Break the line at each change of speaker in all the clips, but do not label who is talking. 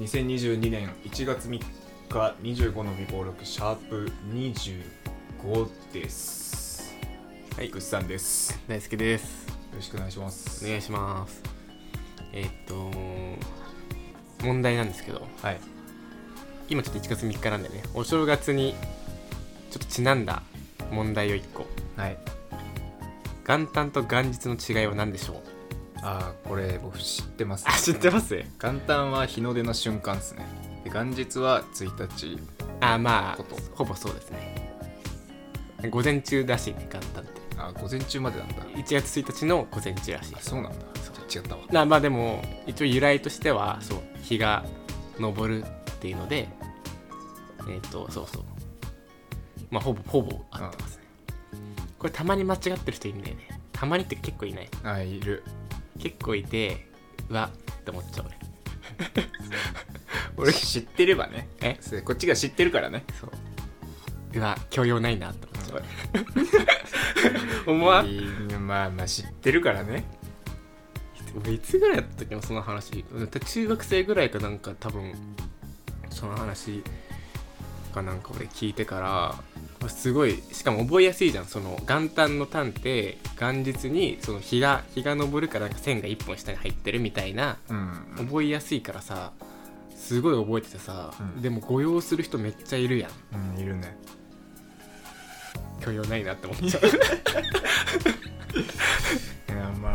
2022年1月3日25の微暴録シャープ25ですはいぐっさんですよ
大輔です
ろしくお願いします
お願いしますえーっと問題なんですけど
はい
今ちょっと1月3日なんでねお正月にちょっとちなんだ問題を1個
はい
元旦と元日の違いは何でしょう
あーこれ僕知ってます
あ知ってます
元旦は日の出の瞬間ですねで元日は1日
あまあ
こと
ほぼそうですね午前中らしいね元旦って
あー午前中までなんだ
1月1日の午前中らしい
あそうなんだじゃあ違ったわ
なまあでも一応由来としてはそう日が昇るっていうのでえっ、とそうそうまあほぼほぼ合ってますねこれたまに間違ってる人いるんだよねたまにって結構いない
あーいる
結構いてうわって思っちゃう俺
俺知ってればね
え
それこっちが知ってるからね
そううわ教養ないなって思っちゃう 思わん
いいまあまあ知ってるからね
俺いつぐらいやったっけなその話中学生ぐらいかなんか多分その話かなんか俺聞いてからすごいしかも覚えやすいじゃんその元旦の旦って元日にその日が日が昇るかなんか線が一本下に入ってるみたいな
うん
覚えやすいからさすごい覚えててさ、
うん
でも誤用する人めっちゃいるやん
うんいるね
許容ないなって思っちゃう
いやまあまあまあ、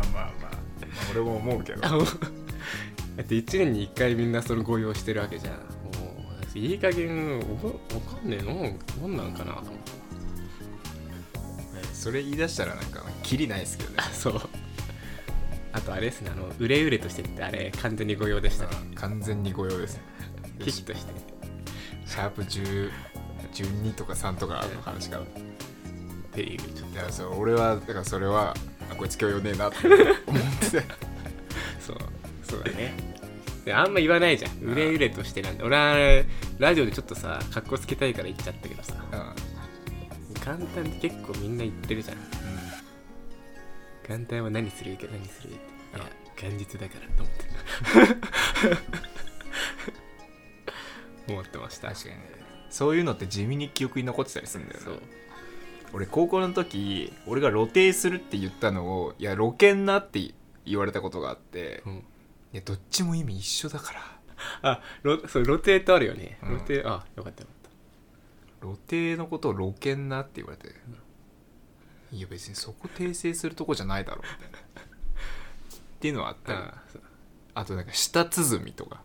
まあ、俺も思うけど
あ のだって1年に1回みんなその誤用してるわけじゃんもういい加減わかんねえのなんなんかなと思って
それ言い出したらなんかキリないですけどね
あそうあとあれですねあのうれうれとしてってあれ完全に誤用でしたね
うん完全に御用ですね
ヒットして
シャープ10 12とか3とかの話から
っていうちょっと
いやそう俺はだからそれはあこいつ教養ねえなって思ってて
そうそうだねであんま言わないじゃんうれうれとしてなんで俺はあれラジオでちょっとさかっこつけたいから言っちゃったけどさ
うん、
簡単って結構みんな言ってるじゃん元旦は何するか何するっていや元日だからと思って 思ってました
確かにねそういうのって地味に記憶に残ってたりするんだよね
そう
俺高校の時俺が露呈するって言ったのをいや露見なって言われたことがあって、
う
い
ん
やどっちも意味一緒だから
あロそう露呈とあるよね
うん
露呈、あよかったよかった
露呈のことを露見なって言われて、いや別にそこ訂正するとこじゃないだろうみたいなっていうのはあったり、
あそう
あとなんか舌鼓とか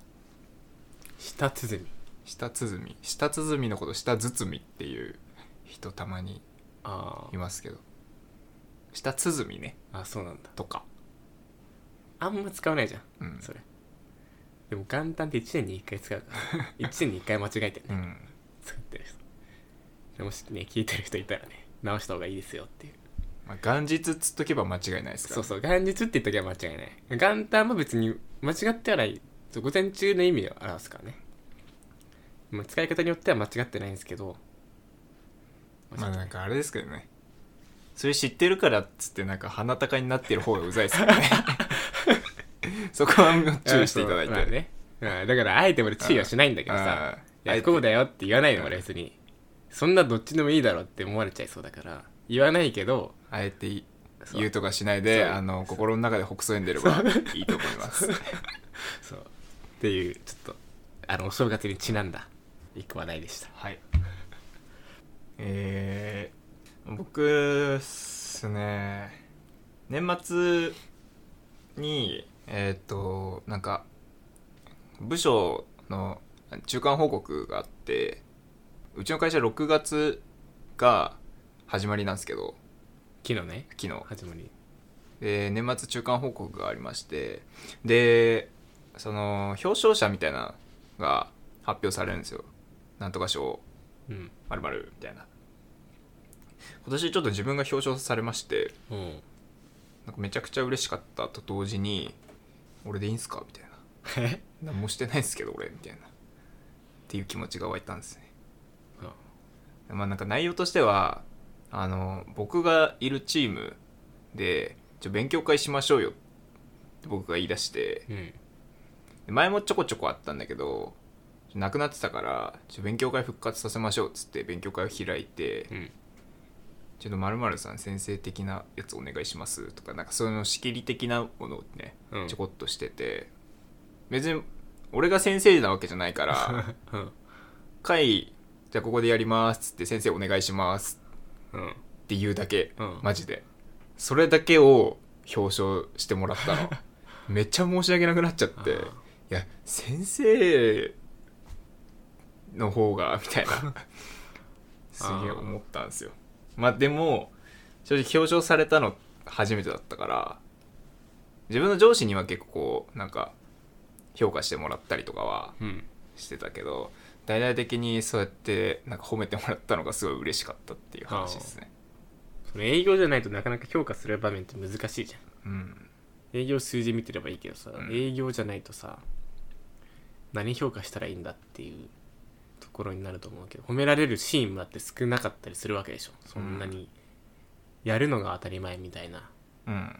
舌鼓
舌鼓舌鼓のこと舌包みっていう人たまに
あ
いますけど舌鼓ね
ああそうなんだ
とか、
あんま使わないじゃん、
うん
それでも元旦って1年に1回使うから 1年に1回間違えてね、
うん、
使ってる人もしね聞いてる人いたらね直した方がいいですよっていう
まあ、元日つっとけば間違いないですから
そうそう元日って言っときは間違いない元旦も別に間違ってはないそう午前中の意味を表すからねまあ使い方によっては間違ってないんですけど
まあなんかあれですけどねそれ知ってるからっつってなんか鼻高になってる方がうざいですから ねそこは注意していただいて
あそうまあねうんだからあえて俺注意はしないんだけど
あ
さ
ー
「い
あえ
や
て
こうだよ」って言わないの
うん
俺別にそんなどっちでもいいだろうって思われちゃいそうだから言わないけど
あえてい
そう
言うとかしないで
そう
あの心の中でほくそ笑んでればいいと思います
そうっていうちょっとあのお正月にちなんだ一個話題でした
はい えー、僕っすね年末にえーっ、となんか部署の中間報告があってうちの会社6月が始まりなんですけど
昨日ね
昨日
始まり
で年末中間報告がありましてでその表彰者みたいなのが発表されるんですよなんとか賞
うん
まるまるみたいな今年ちょっと自分が表彰されまして
うん
なんかめちゃくちゃ嬉しかったと同時に俺でいいんすかみたいな
え
何もしてないんすけど俺みたいなっていう気持ちが湧いたんですね
あ
まあなんか内容としてはあの僕がいるチームでちょ勉強会しましょうよって僕が言い出して
うん
前もちょこちょこあったんだけどなくなってたからちょ勉強会復活させましょうっつって勉強会を開いて、
うん
ちょっと〇〇さん先生的なやつお願いしますとかなんかその仕切り的なものをね
うん
ちょこっとしてて、別に俺が先生なわけじゃないから
うん
会じゃあここでやりますっつって先生お願いします
うん
っていうだけ、
うん
マジでそれだけを表彰してもらった のめっちゃ申し訳なくなっちゃってい
あー
や先生の方がみたいなすげえ思ったんですよまあでも正直表彰されたの初めてだったから自分の上司には結構こうなんか評価してもらったりとかは
うん
してたけど大々的にそうやってなんか褒めてもらったのがすごい嬉しかったっていう話ですね
その営業じゃないとなかなか評価する場面って難しいじゃん
うん
営業数字見てればいいけどさ、
うん
営業じゃないとさ何評価したらいいんだっていうところになると思うけど褒められるシーンもだって少なかったりするわけでしょそんなにやるのが当たり前みたいな
うん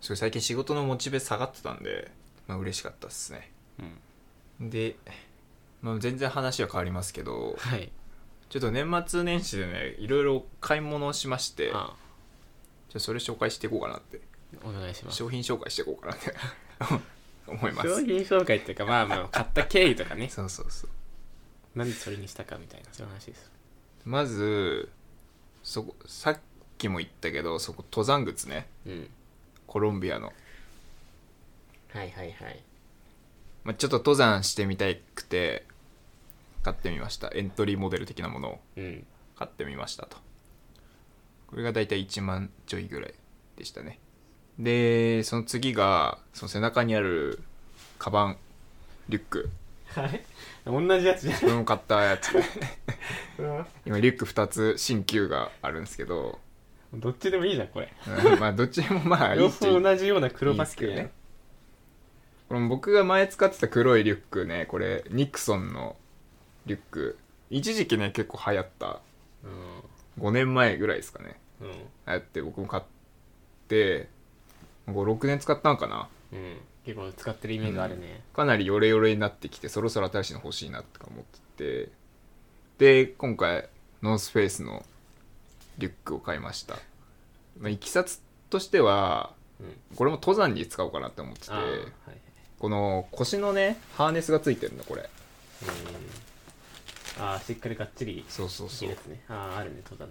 すごい最近仕事のモチベ下がってたんでまあ嬉しかったっすね
うん
で、まあ、全然話は変わりますけど
はい
ちょっと年末年始でねいろいろ買い物をしましてちょ
あ
っとそれ紹介していこうかなって
お願いします
商品紹介していこうかなって 思いま
商
す
品紹介っていうかまあまあ買った経緯とかね
そうそうそう
なんでそれにしたかみたいなそういう話です
まずそこさっきも言ったけどそこ登山靴ね
うん
コロンビアの
はいはいはい
まあ、ちょっと登山してみたくて買ってみましたエントリーモデル的なものを
うん
買ってみましたとこれがだいたい1万ちょいぐらいでしたねでその次がその背中にあるカバンリュック
はい同じやつじゃん
これも買ったやつ
これは
今リュック2つ新旧があるんですけど、
どっちでもいいじゃんこれ
うんまあどっちもまあいい
両
っちゃいい
方同じような黒バスケ
いいっす
だ
けど
よ
ねこの僕が前使ってた黒いリュックねこれニクソンのリュック一時期ね結構流行った5年前ぐらいですかね
うんうん
ああやって僕も買って56年使ったんかな
うん、結構使ってるイメージあるね、
かなりヨレヨレになってきてそろそろ新しいの欲しいなとか思っててで今回ノースフェイスのリュックを買いました、まあ、いきさつとしては
うん
これも登山に使おうかなって思ってて
ああはいはい
この腰のねハーネスがついてるのこれ
うんああしっかりがっちりい
そうそう
い
そう
ですねあああるね登山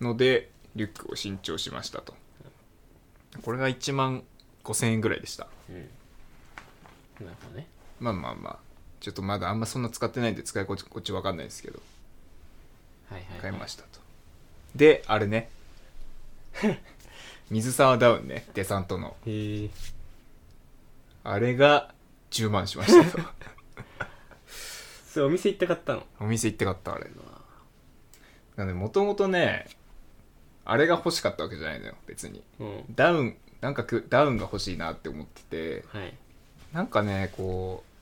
のでリュックを新調しましたとこれが1万5000円ぐらいでした
うんなるほどね
まあまあまあちょっとまだあんまそんな使ってないんで使い心地こっち分かんないですけど
はいはい、はい、
買いましたとであれね 水沢ダウンねデサントの
へえ
あれが10万しました と
それお店行って買ったの
お店行って買ったあれ
わあ
なんでもともとねあれが欲しかったわけじゃないのよ別に
うん
ダウンなんかくダウンが欲しいなって思ってて
はい
なんかねこう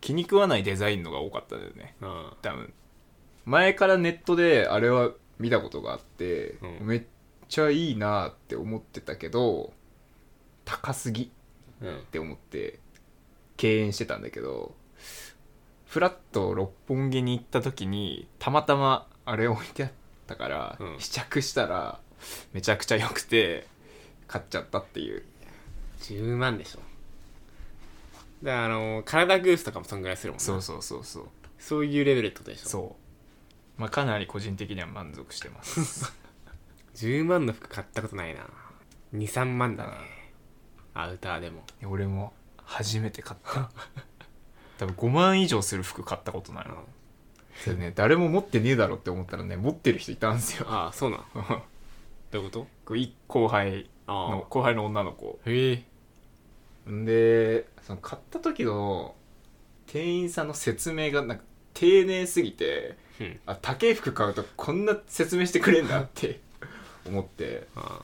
気に食わないデザインのが多かったんだよね
あ
多分前からネットであれは見たことがあって、
うん
めっちゃいいなって思ってたけど高すぎ
あうん
って思って敬遠してたんだけどフラッと六本木に行った時にたまたまあれ置いてあったから、
うん
試着したらめちゃくちゃ良くて買っちゃったっていう
10万でしょであの体グースとかもそんぐらいするもんな
そうそうそうそう
そういうレベルってことでしょ
そうまあかなり個人的には満足してます
10万の服買ったことないな23万だねアウターでも
俺も初めて買った 多分5万以上する服買ったことないなそれね誰も持ってねえだろって思ったらね持ってる人いたんですよ
ああそうなの どういうこと
こうい後輩
あ
の後輩の女の子
へえ
んでその買った時の店員さんの説明がなんか丁寧すぎて
うん
あ高い服買うとこんな説明してくれんだって 思って
あ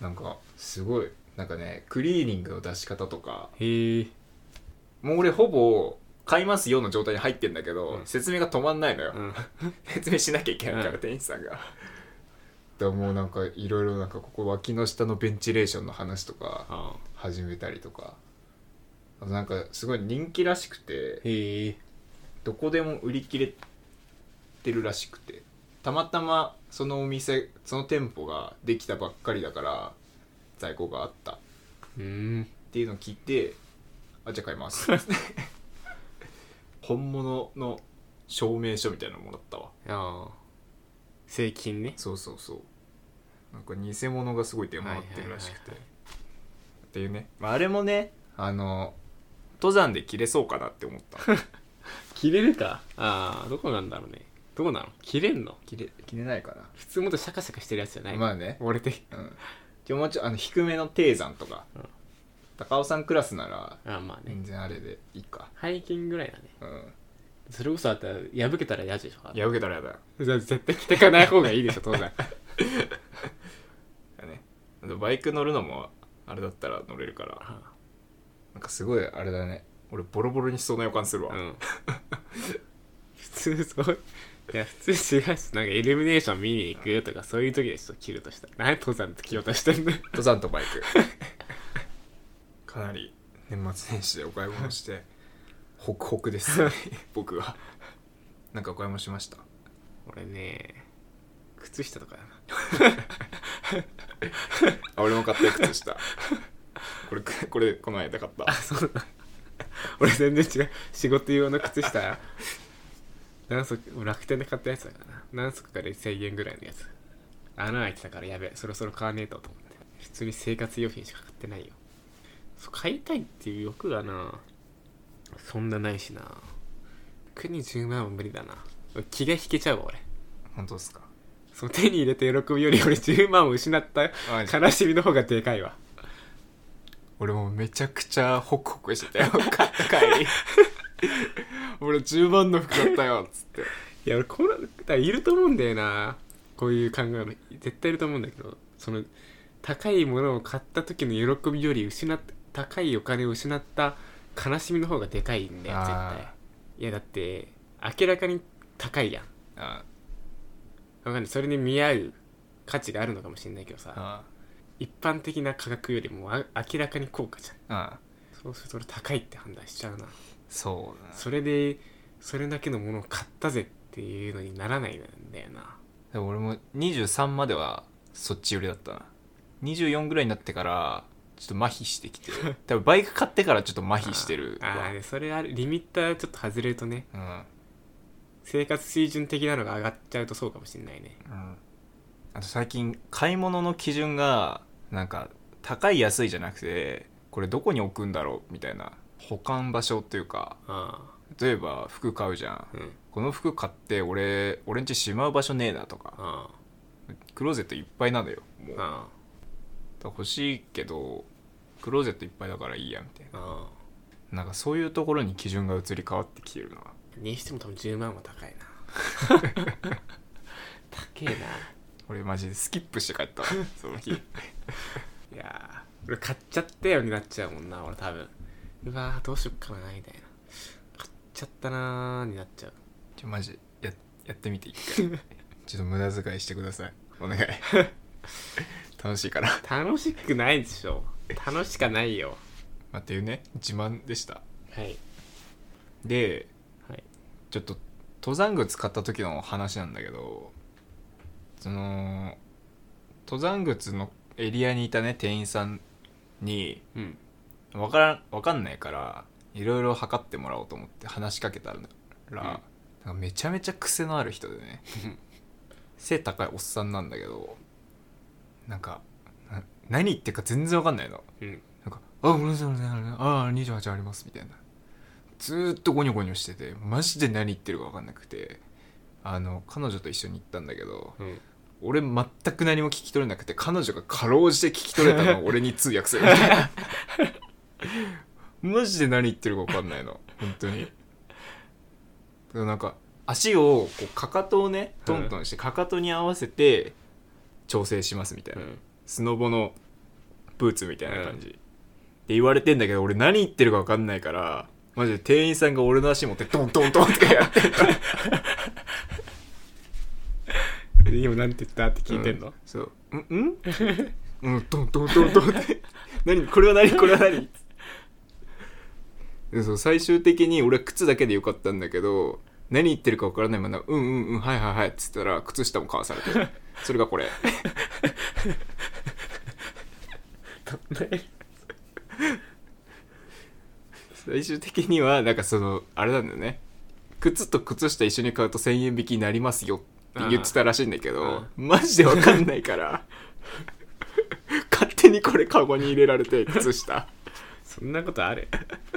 なんかすごいなんかねクリーニングの出し方とか
へえ
もう俺ほぼ買いますよの状態に入ってんだけど、
うん
説明が止まんないのよ、
うん
説明しなきゃいけないから、
うん
店員さんが。だからもうなんかいろいろなんかここ脇の下のベンチレーションの話とか
あ
始めたりとかあとなんかすごい人気らしくて
へえ
どこでも売り切れてるらしくてたまたまそのお店その店舗ができたばっかりだから在庫があったっ
うん
ていうのを聞いてあじゃあ買います 本物の証明書みたいなのもらったわ
ああ税金ね
そうそうそうなんか偽物がすごい出回ってるらしくて、
はいはいはいはい
っていうね、まあ、あれもねあの登山で切れそうかなって思った
切れるかああどこなんだろうねどうなの切れんの
切れ切れないか
普通もっとシャカシャカしてるやつじゃない、
まあね、
折れて
うん、でももうちょあの低めの低山とか、
うん
高尾山クラスなら
ああまあね、
全然あれでいいか
ハイキングぐらいだね
うん
それこそあったら破けたら嫌でしょ
いや受けたらやだよ
じゃあ絶対着てかない方がいいでしょ当然
だねあとバイク乗るのもあれだったら乗れるから
あ
なんかすごいあれだね俺ボロボロにしそうな予感するわ、
あうん普通そういや普通違うしなんかイルミネーション見に行くとかそういう時でしょ着るとしたら何登山と着ようとしてんの
登山とバイ クかなり年末年始でお買い物して ホクホクですね 僕はなんかお買い物しました
俺ね靴下とかだな
あ俺も買ったよ靴 下これくこれこの間買った
あそうだ俺全然違う仕事用の靴下何足楽天で買ったやつだからな何足かで1000円ぐらいのやつ穴開いてたからやべえそろそろ買わねえとと思って普通に生活用品しか買ってないよそう買いたいっていう欲がなそんなないしな特に10万は無理だな俺気が引けちゃうわ俺
本当ですか
その手に入れて喜びより俺10万を失った
マジ
悲しみの方がでかいわ
俺もうめちゃくちゃホクホクしてたよ買った帰 り俺10万の服買ったよっつって
いや俺このだからいると思うんだよなこういう考えの絶対いると思うんだけどその高いものを買った時の喜びより失った高いお金を失った悲しみの方がでかいんだよ絶
あー
対いやだって明らかに高いやん
あ
わかんないそれに見合う価値があるのかもしれないけどさ
あ
一般的な価格よりもあ明らかに高価じゃん
ああ
そうすると俺高いって判断しちゃうな
そうだな
それでそれだけのものを買ったぜっていうのにならないんだよな
でも俺も23まではそっち寄りだったな24ぐらいになってからちょっと麻痺してきて多分バイク買ってからちょっと麻痺してる
あーあーでそれあるリミッターちょっと外れるとね
わ
生活水準的なのが上がっちゃうとそうかもしれないね
うん、うん、あと最近買い物の基準がなんか高い安いじゃなくてこれどこに置くんだろうみたいな保管場所っていうか
あ
例えば服買うじゃん
あうん
この服買って俺俺んちしまう場所ねえなとか
あ
クローゼットいっぱいなのよも
ー
うだか
あ
ら欲しいけどクローゼットいっぱいだからいいやみたいな
ーあ
なんかそういうところに基準が移り変わってきてるな
ーにしても多分10万は高いな高え な
俺マジでスキップして帰 ったわその日
いやー俺買っちゃったよになっちゃうもんな俺多分うわーどうしよっかなみたいな買っちゃったなーになっちゃう
ちょマジややってみて一 回ちょっと無駄遣いしてくださいお 願い楽しいから、
楽しくないでしょ楽しかないよ
まあ、っていうね自慢でした
はい
で
はい
ちょっと登山靴買った時の話なんだけどその登山靴のエリアにいたね店員さんに
うん
わからんわかんないからいろいろ測ってもらおうと思って話しかけたら、なんかめちゃめちゃ癖のある人でね背高いおっさんなんだけどなんかな何言ってるか全然わかんないの
うん
なんか「あごめんなさいごめんなさいごめんなさいあ28あります」みたいなずーっとゴニョゴニョしててマジで何言ってるかわかんなくてあの彼女と一緒に行ったんだけど
うん
俺全く何も聞き取れなくて彼女がかろうじて聞き取れた のを俺に通訳するみたいな マジで何言ってるか分かんないの本当にだからなんか足をこうかかとをねトントンしてかかとに合わせて調整しますみたいうな、
ん
スノボのブーツみたいな感じ、って言われてんだけど俺何言ってるか分かんないからマジで店員さんが俺の足持ってトントントンってやってる
で今なんて言ったって聞いてんの、
うそう「んん うんトントントントン」って「何これは何これは何?」でそう最終的に俺は靴だけでよかったんだけど何言ってるか分からないまま「うんうんうんはいはいはい」っつったら靴下も買わされてそれがこれ最終的にはなんかそのあれなんだよね靴と靴下一緒に買うと1,000円引きになりますよって言ってたらしいんだけどマジで分かんないから勝手にこれカゴに入れられて靴下
そんなことある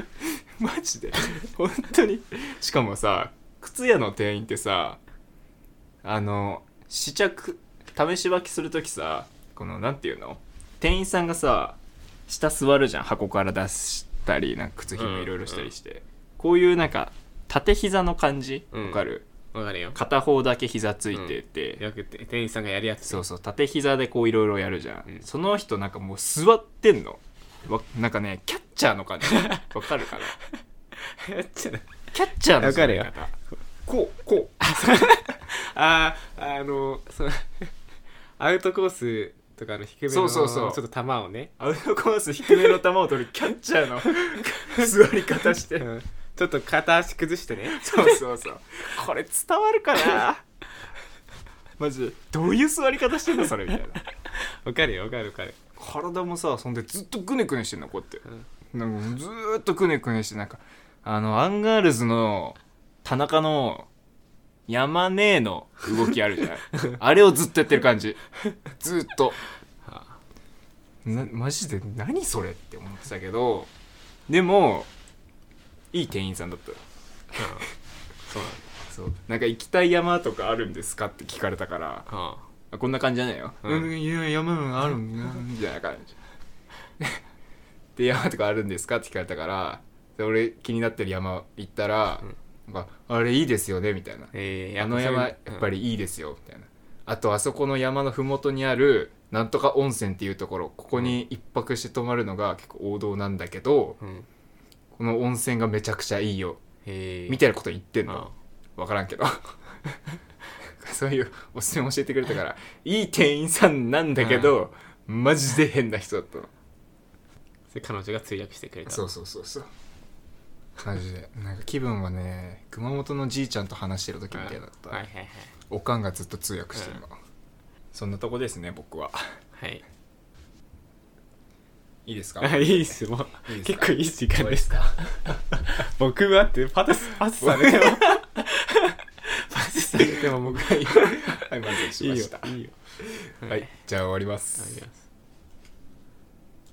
マジで本当にしかもさ靴屋の店員ってさあの試着試し履きする時さこのなんていうの店員さんがさ下座るじゃん箱から出したりなんか靴ひもいろいろしたりして、こういうなんか縦膝の感じ
うん
わかる、
わかるよ
片方だけ膝ついてて、
よくて店員さんがやるやつ
そうそう縦膝でこういろいろやるじゃん、
うん
その人なんかもう座ってんのわなんかねキャッチャーの感じわか るかな
やっちゃう
キャッチャーの
わかるよ
座り方
こうこう あーあのそのアウトコースとかの低めの
そうそうそう
ちょっと球をね
アウトコース低めの球を取るキャッチャーの座り方して
うんちょっと片足崩してね
そうそうそうこれ伝わるかなマジでどういう座り方してんのそれみたいな
わかるよわかるわかる
体もさそんでずっとグネグネしてんのこうやって
うん
なんかもうずーっとくねくねしてなんかあのアンガールズの田中の山根の動きあるじゃないあれをずっとやってる感じずーっとなマジで何それって思ってたけどでもいい店員さんだったよ
そうなん
そうなんか行きたい山とかあるんですかって聞かれたから
だは
あこんな感じじゃないよ。
うん
うん、いや、山もあるんだ、みたいな感じ。で、山とかあるんですかって聞かれたから、で俺気になってる山行ったら、なんかあれいいですよね、みたいな。
えー、
あの山、やっぱりいいですよ、みたいな。あと、あそこの山の麓にある、なんとか温泉っていうところ、ここに一泊して泊まるのが結構王道なんだけど、
うん、うん
この温泉がめちゃくちゃいいよ、
えー、
みたいなこと言ってんの
あ。
分からんけど そういうおすすめ教えてくれたからいい店員さんなんだけど、マジで変な人だったの
それ彼女が通訳してくれた
そうそうそうそうマジでなんか気分はね熊本のじいちゃんと話してる時みたいだった、
はいはいはい
おかんがずっと通訳してるの、そんなとこですね僕は
はい
いいですか
あいいっすもう
いいですか
結構いい時間でし
終
た僕はってパスパスさ れてもパスされても僕はい
はい満足し
い
ま
いよ
した
いいよ
はいじゃあ終わります
ありがとうございます